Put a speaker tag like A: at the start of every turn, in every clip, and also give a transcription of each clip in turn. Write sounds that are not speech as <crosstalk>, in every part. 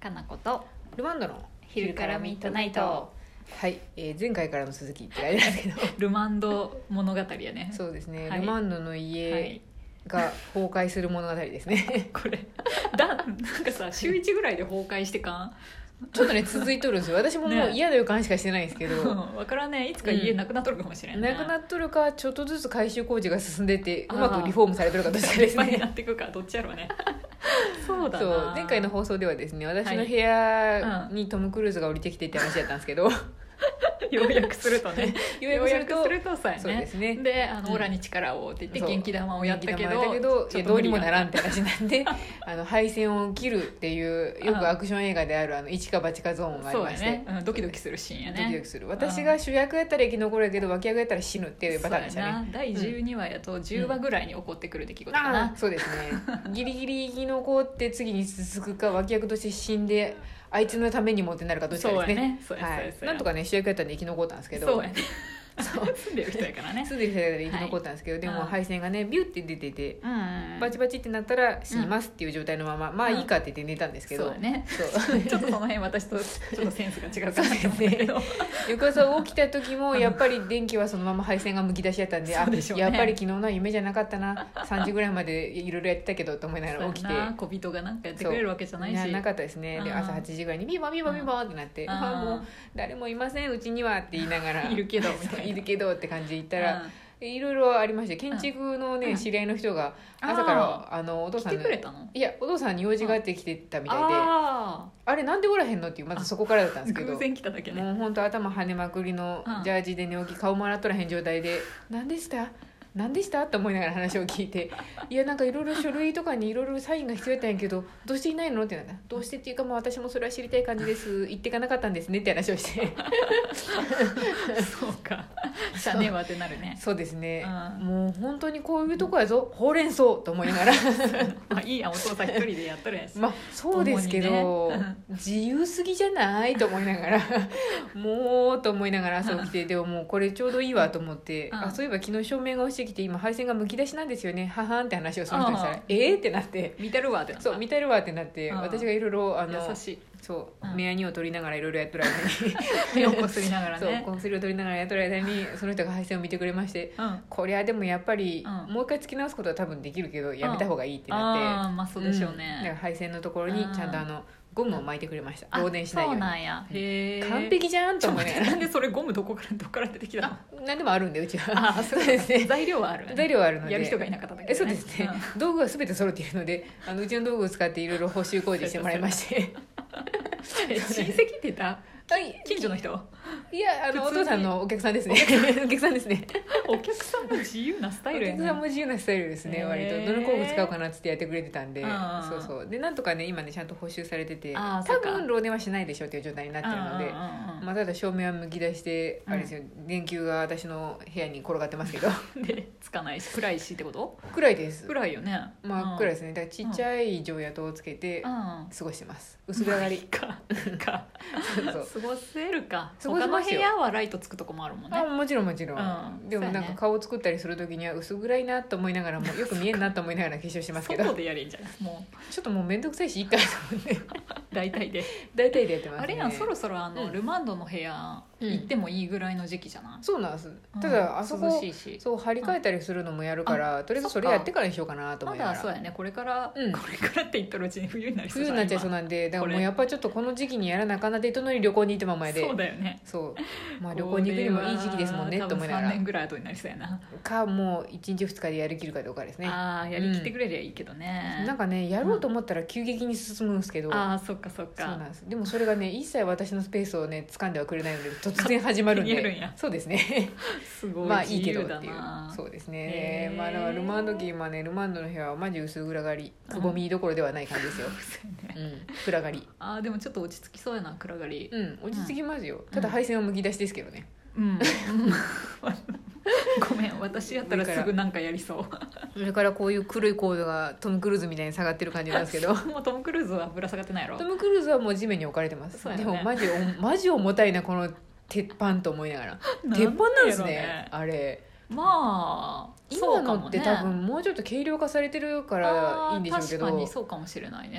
A: かなこと
B: ルマンドの
A: 昼からミッドナイト
B: はい、えー前回からの鈴木ってあれですけ <laughs> ど
A: ルマンド物語やね
B: そうですね、
A: はい
B: ルマンドの
A: は
B: 家
A: い、
B: が崩壊する物語ですね
A: これ <laughs> だなんかさ週1ぐらいで崩壊してかん
B: <laughs> ちょっとね続いとるんですよ私ももう
A: ね
B: 嫌な予感しかしてないんですけ
A: う
B: <laughs> ど、
A: んわからねいつか家なくなっとるかもしれん
B: なくな
A: っ
B: っとるかちょっとずつ改修工事が進んでて
A: あ
B: う
A: ー
B: まくリフォームされてるかどっちか
A: い
B: で
A: っ
B: す <laughs>
A: ぱいに
B: ね
A: なっていくかどっちやろうねそうだな
B: <laughs> そう前回の放送ではですね私の部屋にトム・クルーズが降りてきてって話やったんですけど、
A: 要約するとね
B: <laughs> ようやくすると
A: 要約そうや
B: そうで
A: ね
B: すね
A: であの
B: うん
A: オラに力をって言って
B: そう
A: 元気玉をやったけど
B: 元気玉やったけどいやどうにもならんってて話な
A: <laughs>
B: んであの配線を切るっていうよくアクション映画であるあの一か八かゾーンがあり
A: そう
B: ま
A: や
B: して、
A: ね、うん、ドキドキするシーンやね
B: ドキドキする私が主役やったら生き残るやけど脇役やったら死ぬっていうパターンでした
A: そうや
B: ね
A: な第12話やと10話ぐらいに起こってくる出来事か
B: あ
A: な
B: <laughs> ー、そうですねギリギリ生き残って次に続くか脇役として死んであいつのためにもってなるかどっちかで
A: そ
B: すね
A: うやねそうや
B: は
A: そうや
B: い、
A: そうや
B: なんとかね主役やったんで生き残ったんですけど
A: そうやね
B: そう
A: 住んでる人やからね
B: 住んでる世代で生き残ったんですけど、で
A: うん
B: も配線がねビュって出てて、
A: うん
B: バチバチってなったら死にますっていう状態のまま、まあいいかって言って寝たんですけ
A: そ
B: ど、
A: うやね <laughs>
B: そう
A: ちょっとその辺私とちょっとセンスが違うかなと思うんだけど
B: 翌朝起きた時もやっぱり電気はそのまま配線がむき出しやったんで
A: そうでしょうね
B: あやっぱり昨日のは夢じゃなかったな3時ぐらいまでいろいろやってたけどと思いながら起きて
A: そうやな小人がなんかやってくれるわけじゃない
B: や
A: し
B: なかったですねで
A: うん
B: 朝8時ぐらいに「ビバビバビバ」ってなって「
A: うん
B: ああもう誰もいませんうちには」って言いながら
A: いるけどみた
B: そう
A: い
B: い
A: な
B: るけどって感じで言った
A: う
B: ら
A: ん
B: いろいろありまして建築のね知り合いの人が朝からあのお父
A: 来
B: さ
A: て
B: んの
A: くれたの
B: いやお父さんに用事があって来てたみたいで
A: あ
B: あれなんでおらへんのっていうまずそこからだった
A: あ
B: んですけど
A: 偶然来ただけね
B: もう本当頭跳ねまくりの
A: うん
B: ジャージで寝起き顔も洗っとらへん状態で「何でした何でした?」って思いながら話を聞
A: <laughs>
B: いて「いやなんかいろいろ書類とかにいろいろサインが必要やったんやけどどうしていないの?」ってなったら「どうしてっていうかまあ私もそれは知りたい感じです行ってかなかったんですね」って話
A: <laughs>
B: をして
A: そうかじゃねえわってなるね
B: そうですね
A: うん
B: もう本当にこういうとこやぞほうれん草と思いながら
A: まあいいやんお父さん一人でやっとるやし
B: まあそうですけど、
A: 共にね
B: 自由すぎじゃないと思いながら <laughs> もうと思いな
A: <laughs>
B: がら朝起きてでももうこれちょうどいいわと思って、
A: うん
B: あそういえば昨日照明が落ちてきて今配線がむき出しなんですよねははんって話をその人にしたら
A: うん
B: 「えっ?」ってなって。
A: 見てるわってなった
B: そう見てるわってなって、
A: うん
B: 私がいろいろあの
A: 優しい
B: そう、
A: うん
B: 目やにを取りながらいろいろやっと
A: <laughs>
B: る間に
A: 目をこすりながら
B: そう
A: ね
B: こすりを取りながらやっとる間にその人が配線を見てくれまして
A: うん
B: こりゃでもやっぱり、
A: うん
B: もう一回突き直すことは多分できるけどやめた方がいいってなって、
A: ああまあそうでしょうん
B: だから
A: ね、
B: 配線のところにちゃんとあのゴムを巻いてくれました
A: あ
B: 漏電しないよ
A: そ
B: う
A: う
B: に
A: なんやへえ
B: 完璧じゃん
A: ち
B: と
A: ょっ
B: 思
A: と
B: い
A: 待っ
B: なが
A: て
B: ら
A: なんでそれゴムどこからどっから出てきたの
B: 何でもあるんでうちは
A: あ
B: そうですね
A: 材料はある
B: 材料はあるので
A: やる人がいなかっただけ
B: え
A: で
B: <laughs> そう
A: ね
B: ですね、道具は全て揃っているのであのうちの道具を使っていろいろ補修工事してもらいまして
A: うんえ親戚って言った
B: はい
A: 近所の人
B: いやあのお
A: 普通に
B: 父さんのお客さん
A: <laughs>
B: ですねお客さんですね
A: お客さんも自由なスタ
B: お
A: イルや
B: 客さんも
A: ね
B: 自由なスタイルですね、
A: へー
B: 割とどの工具使うかなっつってやってくれてたんで、
A: うん
B: そうそうでなんとかね今ねちゃんと補修されてて
A: あー
B: 多
A: そうか
B: 分漏電はしないでしょうっていう状態になってるので、
A: うんうんうん
B: まあ、ただ照明はむき出して、
A: うん
B: あれですよ電球が私の部屋に転がってますけど
A: でつかないし暗いしってこと
B: 暗いです
A: 暗いよね
B: まあ暗いですすねだからちっちゃい常夜灯をつけて
A: うん
B: 過ごしてます薄暗が
A: いい
B: り
A: かいいか
B: そう <laughs> そう
A: 過ごせるか
B: 過ご
A: 他
B: せ
A: の
B: ま
A: 部
B: すよ
A: 屋はライトつくとこもあるもん
B: あ
A: ね
B: もちろんもちろん、
A: うん
B: で
A: そ
B: も
A: うや
B: な
A: ね
B: んか顔を作ったりする時には薄暗いなと思いながらもよく見えんなと思いながら化粧してますけ
A: 外
B: ど
A: でやれんじゃないも
B: ちょっともう面倒くさいしいいかと思って
A: う大体で
B: 大体でやってます、ね、
A: あれやんそろそろあの、
B: うん
A: ルマンドの部屋
B: うん
A: 行ってもいいぐらいの時期じゃない、
B: そうなんです
A: うん
B: ただあそこ、
A: 涼しいし
B: そう張り替えたりするのもやるから、とりあえずそれやってからにしようかなと思
A: ま
B: いなが
A: だ
B: ら
A: そうやねこれから、
B: うん
A: これからって言ったるうちに冬になりそう
B: 冬
A: じゃな
B: にないっちゃいそう
A: 今
B: なんでだか
A: こ
B: ら
A: れ
B: もうやっぱちょっとこの時期にやらなあかんなでどのより旅行に行ってま前で
A: そうだよね
B: そうまあ旅行に行くにもいい時期ですもんね
A: これは
B: と思いな
A: 多分
B: が
A: 3
B: ら
A: 年ぐらい後になりそうやな、
B: かもう1日2日でやりきるかどうかですね
A: ああやりきってくれりゃいいけどね、
B: なんかねやろうと思ったら急激に進むんですけど、
A: ああそっかそっ
B: そうなん
A: か
B: ですでもそれがね一切私のスペースをね掴んではくれないので突然始まるん
A: 勝手に
B: で
A: やるんや
B: そうですね
A: すごい
B: <laughs> まあいい
A: 自
B: けど
A: 由
B: っ
A: だ
B: ていう
A: な
B: そうです
A: へ
B: ね
A: ー
B: まあだからルマンド家今ねルマンドの部屋はマジ薄暗がりくぼみどころではない感じですよ、
A: そうやね
B: うん、暗がり
A: ああでもちょっと落ち着きそうやな暗がり
B: うん落ち着きますよ、ただ配線はむき出しですけどね
A: うん、うん <laughs> ごめん私やったらすぐなんかやりそう
B: それからこういう黒いコードがトム・クルーズみたいに下がってる感じなんですけど
A: もうトム・クルーズはぶら下がってないやろ
B: <laughs> トム・クルーズはもう地面に置かれてます、
A: そうやね
B: でもマジおマジ重たいなこの鉄板と思いながら鉄板なんですねあれ
A: まあ
B: 今の
A: そ
B: って
A: うかもね
B: 多分もうちょっと軽量化されてるから
A: あー
B: いいんでしょうけど
A: 確かにそうかもしれないね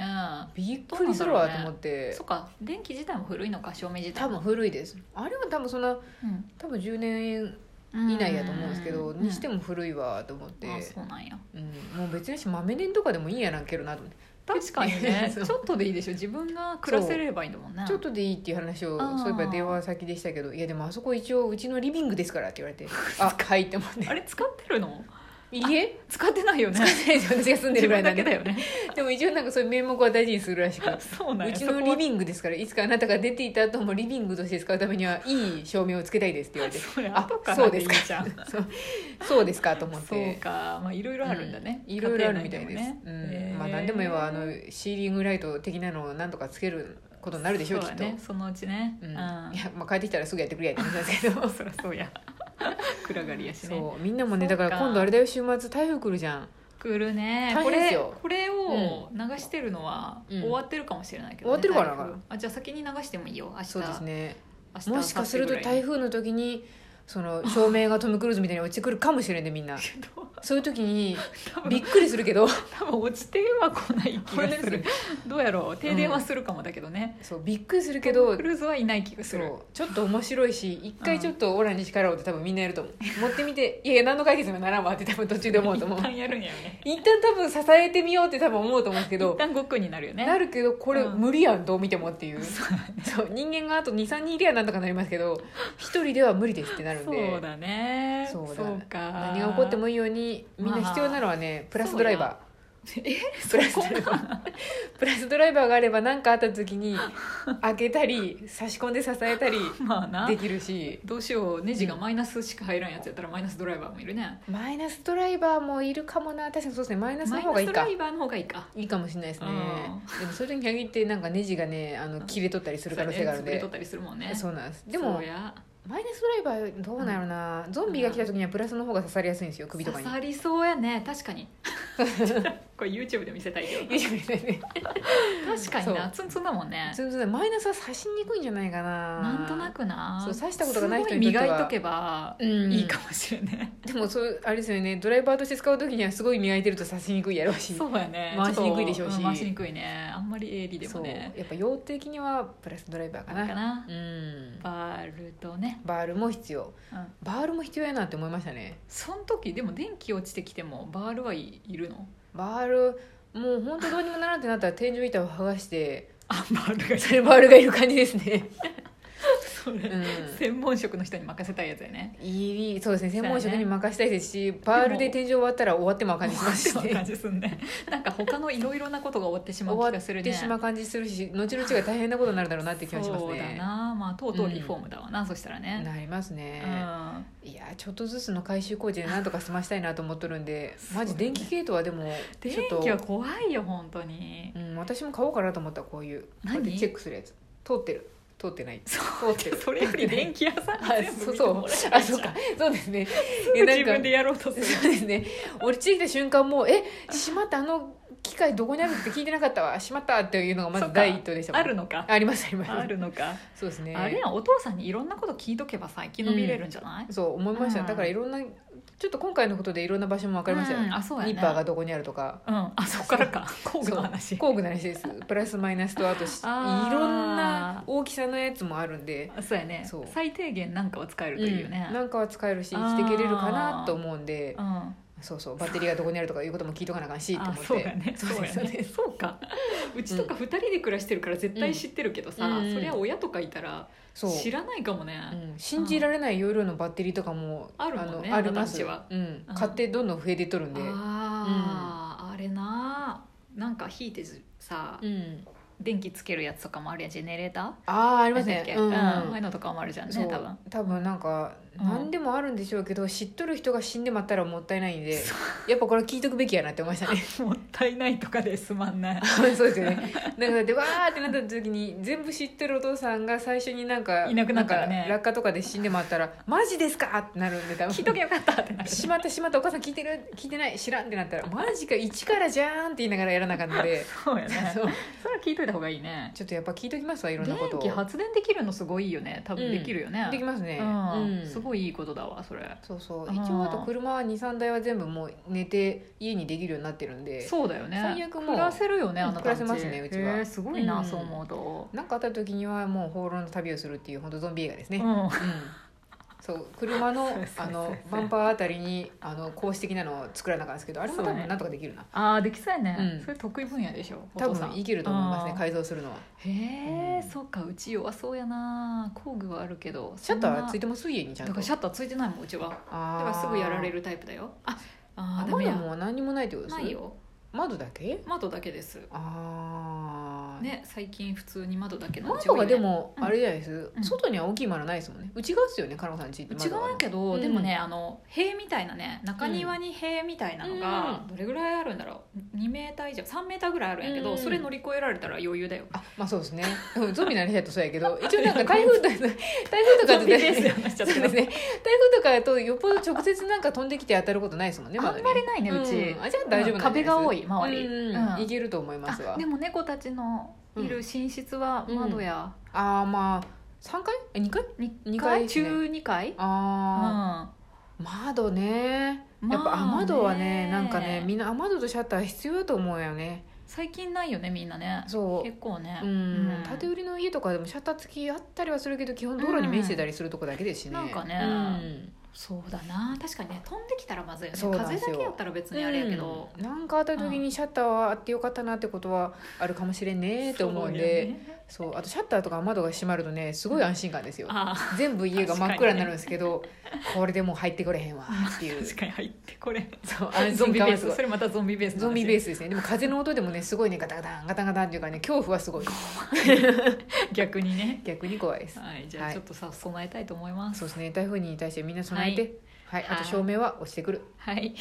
B: びっくりするわと思っ
A: そ
B: て、
A: っか電気自体も古いのか照明自体
B: 多分古いですあれは多分そんな多分10年以内やと思うんですけど、にして
A: も
B: も古いわと思って、
A: あそうなんや
B: うん、もう別にし豆年とかでもいいやなんけどなと思って
A: 確かにねち
B: <laughs> そう
A: ょっとでいいでしょ自分が暮らせればいいんだもんね
B: ちょっとでいいっていう話を
A: あー
B: そういえば電話先でしたけど「いやでもあそこ一応うちのリビングですから」って言わ
A: <laughs>
B: れて「あはい」って思って
A: あれ使ってるの
B: 「いいえ
A: 使ってないよね
B: 使ってないです私が住んで
A: 自
B: るぐら
A: 分
B: いな
A: だ
B: ん
A: け
B: で
A: だよね
B: でも一応なんかそういう名目は大事にするらしく
A: そうなん
B: う
A: や
B: ちのリビングですからいつかあなたが出ていた後もリビングとして使うためにはいい照明をつけたいですって言われて
A: そこはそれ
B: あ
A: 後か
B: そ
A: ら
B: う
A: で
B: で
A: いい
B: すか
A: じゃ <laughs> ん
B: そうそうですかと思っ
A: そう
B: て
A: かまあいろいろあるんだね
B: いろいろあるみたいです、
A: 家庭内
B: う
A: もね
B: んまあ、何でも言えばあの
A: へ
B: シーリングライト的なのをなんとかつけることになるでしょう
A: そ
B: きっ
A: だ
B: と、
A: ねそのうちね
B: うん
A: う
B: い
A: ん
B: や、まあ、帰ってきたらすぐやってくれやって話ですけど
A: <laughs> そうそりゃそうや暗がりやしね
B: そうみんなもね
A: そ
B: だ
A: うか
B: から今度あれだよ週末台風来るじゃん
A: 来るね
B: 大
A: こ
B: 変です
A: れ
B: よ
A: これを流してるのは
B: うん
A: 終わってるかもしれないけど、
B: 終わってるかな
A: 台風あじゃあ先に流してもいいよ明日
B: そうですね
A: 明日
B: もしかすると台
A: 風
B: 風の時にその照明がトム・クルーズみたいに落ちてくるかもしれんねみ
A: <laughs>
B: んなそういう時に
A: 多
B: びっ
A: 分
B: くりするけ
A: <laughs>
B: ど
A: 多分落ちては来ない気がす
B: 本当
A: る
B: で
A: どうやろう停電はするかもだけどね、
B: そうびっくりするけ
A: けど
B: ど
A: クルーズはいない気がす
B: そ
A: る
B: うちょっと面白いし一回ちょっとオラに力をって多分みんなやると思う持ってみていやいや何の解決にもならんわって多分途中で思うと
A: <laughs>
B: 思う
A: 一旦やるんやよね
B: 一旦多分支えてみようって多分思うと思うんですけ
A: 一
B: ど
A: 旦悟空になるよね
B: なるけどこれ
A: うん
B: 無理やんどう見てもっていうそう人間があと23人いりゃなんとかなりますけど一人では無理ですってなるんで
A: そうだね
B: そうだ
A: か
B: 何が起こって
A: <laughs>
B: もいいようにみんな必要なのはねプラスドライバープラスドライバ
A: <laughs>
B: ープラスドライバーがあれば何かあった時に開けたり差し込んで支えたり
A: まあな
B: できるし
A: どうしようネジがマイナスしか入らんやつやったらマイナスドライバーもいるね
B: マイナスドライバーもいるかもな確かにそうですねマイナスの
A: マイ
B: 方
A: ナ
B: がい
A: ス
B: い
A: ド
B: か
A: ライバーの方がいいか
B: いいかもしれないですね
A: う
B: でもそれに限ってなんかネジがねあの切れとったりする可能性があるん
A: そうやね潰れ
B: で
A: とったりするもんね
B: そうなんですでも
A: そうや
B: マイナスドライバーどうなんやろな、ゾンビが来た時にはプラスの方が刺されやすいんですよ首とかに
A: 刺さりそうやね確か
B: <laughs>
A: にこれ YouTube で見せたいけど
B: <laughs>
A: 確かになツンツンだもんね
B: 全然マイナスは刺しにくいんじゃないかな
A: な
B: なん
A: となくな
B: そう刺したことがない人にとっては
A: すごい磨いとけば
B: うん
A: いいかもしれない、
B: でもそうあれですよねドライバーとして使う時にはすごい磨いてると刺しにくいやろうし
A: そうやね
B: 回しにくいでしょうし
A: ちっとん回しにくいねあんまり鋭利でもね
B: そうやっぱ用途的にはプラスドライバーかな
A: かな
B: うん
A: バールとね、
B: バールも必要
A: うん、
B: バールも必要やなって思いましたね
A: その時でも電気落ちてきてもバールはいいるの
B: バールもう本当どうにもならんってなったら天井板を剥がして
A: あバールがい
B: それバールがいる感じです
A: <laughs>
B: ね
A: それ、
B: うん
A: 専門職の人に任せたいやつやね
B: いいそうですね専門職に任せたいですし、バールで天井終わったら終わってまう感じしますし
A: <laughs> 終わって
B: ね
A: 感じすんねなんか他のいろいろなことが終わってしまう気
B: 終わ
A: が
B: っ
A: するね
B: てしまう感じするし後々が大変なことになるだろうなって気がします
A: そうだ
B: ね
A: なまあとうとうリフォームだわな、そしたらね
B: なります
A: う
B: ね、
A: ん
B: いやーちょっとずつの改修工事でなんとか済ましたいなと思っとる
A: <laughs>
B: んで
A: そう
B: マ
A: ね
B: ジ電気系統はでも
A: 電
B: ちょっと
A: 気は怖いよ本当に
B: うん、私も買おうかなと思ったこういうこうやって
A: 何
B: チェックするやつ通ってる通ってない通っ
A: <laughs>
B: てる
A: それより電気屋さん
B: あ
A: 全部
B: そう
A: 見
B: そ
A: ても
B: う
A: らえばいいじゃん <laughs>
B: あそうかそうですね
A: す
B: い
A: ぐ
B: やなん
A: 自
B: か
A: 分でやろうとす
B: そ
A: る
B: うですね落ちてきた瞬間もうえしまったあの機械どこにあるって聞いてなかったわしまったっていうのがま
A: そ
B: ず
A: っか
B: 第一頭でしたもん
A: あるのか
B: ありますあります
A: あるのか、
B: そうですね
A: あれやんお父さんにいろんなこと聞いとけばさ生き延びれるんじゃない、
B: そう思いました、
A: うん
B: だからいろんなちょっと今回のことでいろんな場所も分かりましたよ、
A: うんあそうやね
B: ニッパーがどこにあるとか
A: うんあそこからか工具の
B: <laughs> そ
A: 話
B: う工具の話ですプラスマイナスとあとしい
A: あー
B: ろんな大きさのやつもあるんで、
A: そうやね
B: そう
A: 最低限なんかは使えるというね
B: うん、なんかは使えるし生きていけれるかなと思うんで
A: うん、あ
B: そうそうバッテリーがどこにあるとかいうことも聞いとかなあかんしと思って
A: そうやね
B: そう
A: そう
B: で
A: や
B: すそう
A: ね
B: です
A: そうかうちとか2人で暮らしてるから絶対知ってるけどさ、
B: うん
A: そりゃ親とかいたら
B: そう
A: 知らないかもね、
B: うん、信じられない容量のバッテリーとかも
A: あるもんね
B: あのあります
A: 私は
B: うん
A: うん、
B: 買ってどんどん増えてっとるんで、
A: ああ、あれななんか引いてずさ、
B: うん、
A: 電気つけるやつとかもあるやんジェネレーター
B: あーあ
A: あ
B: ります
A: なんだっけ
B: ね、
A: う
B: うんん
A: ああいうのとかもあるじゃん
B: そ
A: ね
B: う
A: 多分 <laughs>
B: 多分なんか
A: うん
B: 何でもあるんでしょうけど、知っとる人が死んでまったらもったいないんでやっぱこれは聞いとくべきやなって思いまし
A: <laughs>
B: たね
A: もったいないとかですまん
B: <laughs>
A: ない
B: そうですよねなんかだってわーってなった時に全部知ってるお父さんが最初になんか
A: いなくなったらね
B: んか落下とかで死んでまったら「マジですか!」ってなるんで多分
A: 聞いとけよかったってなる
B: しまったしまったお母さん聞いてる聞いてない知らんってなったら「マジか一からじゃーん」って言いながらやらなあかったん
A: <laughs>
B: で
A: そうやね
B: そう
A: それは聞いといいた方がいいね
B: ちょっとやっぱ聞いときますわいろんな
A: 電
B: ことを
A: 気発電できるのすごいよね多
B: う
A: 分
B: ん
A: できるよね、
B: できますね、
A: うん
B: うん
A: すごいいいことだわそれ
B: そうそう
A: あー
B: 一応あと車は23台は全部もう寝て家にできるようになってるんで
A: そうだよね
B: 最悪もう
A: 暮らせるよね
B: うん
A: あなたち
B: 暮らせますねうちは
A: へえすごいな、
B: うん
A: そう思うと、
B: なんかあった時にはもう放浪の旅をするっていう本当ゾンビ映画ですね、
A: う
B: うん
A: ん、
B: そう車
A: <laughs>
B: の
A: そうそうそう
B: あのバンパーあたりにあの格子的なのを作らなかったんですけどあれも多
A: そうね
B: 分なんとかできるな、
A: ああできそうやね、
B: うん
A: それ得意分野でしょお
B: 多
A: 父さ
B: 分
A: ん
B: いけると思いますね
A: あー
B: 改造するのは
A: へえ、
B: うん
A: そっかうち弱そうやな工具はあるけど
B: シャッターつい
A: て
B: てます家にちゃ
A: だ
B: ん
A: か
B: と
A: らシャッターついてないもんうちはだ
B: あー
A: からすぐやられるタイプだよああ
B: あ
A: ーダメ
B: 窓
A: や
B: も何にもないってことです
A: ないよ
B: 窓だけ
A: 窓だけです
B: ああ
A: ね最近普通に窓だけのうち
B: 窓
A: 多
B: が
A: いね
B: でも
A: うん
B: あれじゃないです、
A: うん
B: 外には大きい窓ないですもんね内側ですよねかのこさんちって
A: うち側
B: 窓
A: や
B: は
A: けど、
B: うん
A: でもねあの塀みたいなね中庭に塀みたいなのが
B: うん
A: どれぐらいあるんだろう2メーター以上3メーターぐらいあるんやけど、
B: うん
A: それ乗り越えられたら余裕だよ
B: あまあそうですねうんゾンビになりたいとそうや
A: <laughs>
B: けど一応なんか台風と台風とか
A: ゾン
B: と
A: ビベースで話しちゃ
B: <laughs> そ
A: っ
B: う
A: たけど
B: ですね台風とかだとよっぽど直接なんか飛んできて当たることないですもんね
A: あんまりないね
B: 窓
A: う
B: に
A: ち、
B: うんあじゃあ大丈夫なんじ
A: 壁
B: ゃないです
A: が多い周り、
B: うん
A: うん
B: いけると思います
A: あ
B: わ
A: でも猫たちのいる寝室は窓や、
B: ああまあ3階え2階
A: に
B: 二
A: 二
B: 階
A: 階
B: ですね
A: 中2階、うん
B: ああ、
A: ま
B: 窓ね
A: あ
B: やっぱ雨戸はねなんかねみんな雨戸とシャッター必要だと思うよね
A: 最近ないよねみんなね
B: そう
A: 結構ね、
B: うん、建て売りの家とかでもシャッター付きあったりはするけど基本道路に面してたりするとこだけですしね、
A: うんなんかね
B: うん
A: そうだな確かにね飛んできたらまずいよね
B: そう
A: 風
B: なん
A: だ
B: ですよ
A: けやったら別にあれやけど、
B: うんなんかあった時にシャッターはあってよかったなってことはあるかもしれんねって思うん
A: そ
B: で
A: よね
B: そう,、あとシャッターとか窓が閉まるとねすごい安心感ですよ
A: ああ
B: 全部家が真っ暗になるんですけど、これでもう入ってこれへんわっていう
A: 確かに入ってこれ
B: そう安
A: ゾンビ
B: 心
A: ベ
B: 感
A: ー
B: はすご
A: ス
B: い
A: それまたゾンビベースの話
B: ゾンビベースですねでも風の音でもねすごいねガタガタンガタガタンっていうかね恐怖はすごい
A: 逆にね
B: 逆に怖いです
A: はいじゃあちょっとさ、備えたいと思います
B: そうですね台風に対してみんな備えてはい、あと照明は落ちてくる
A: はい
B: はい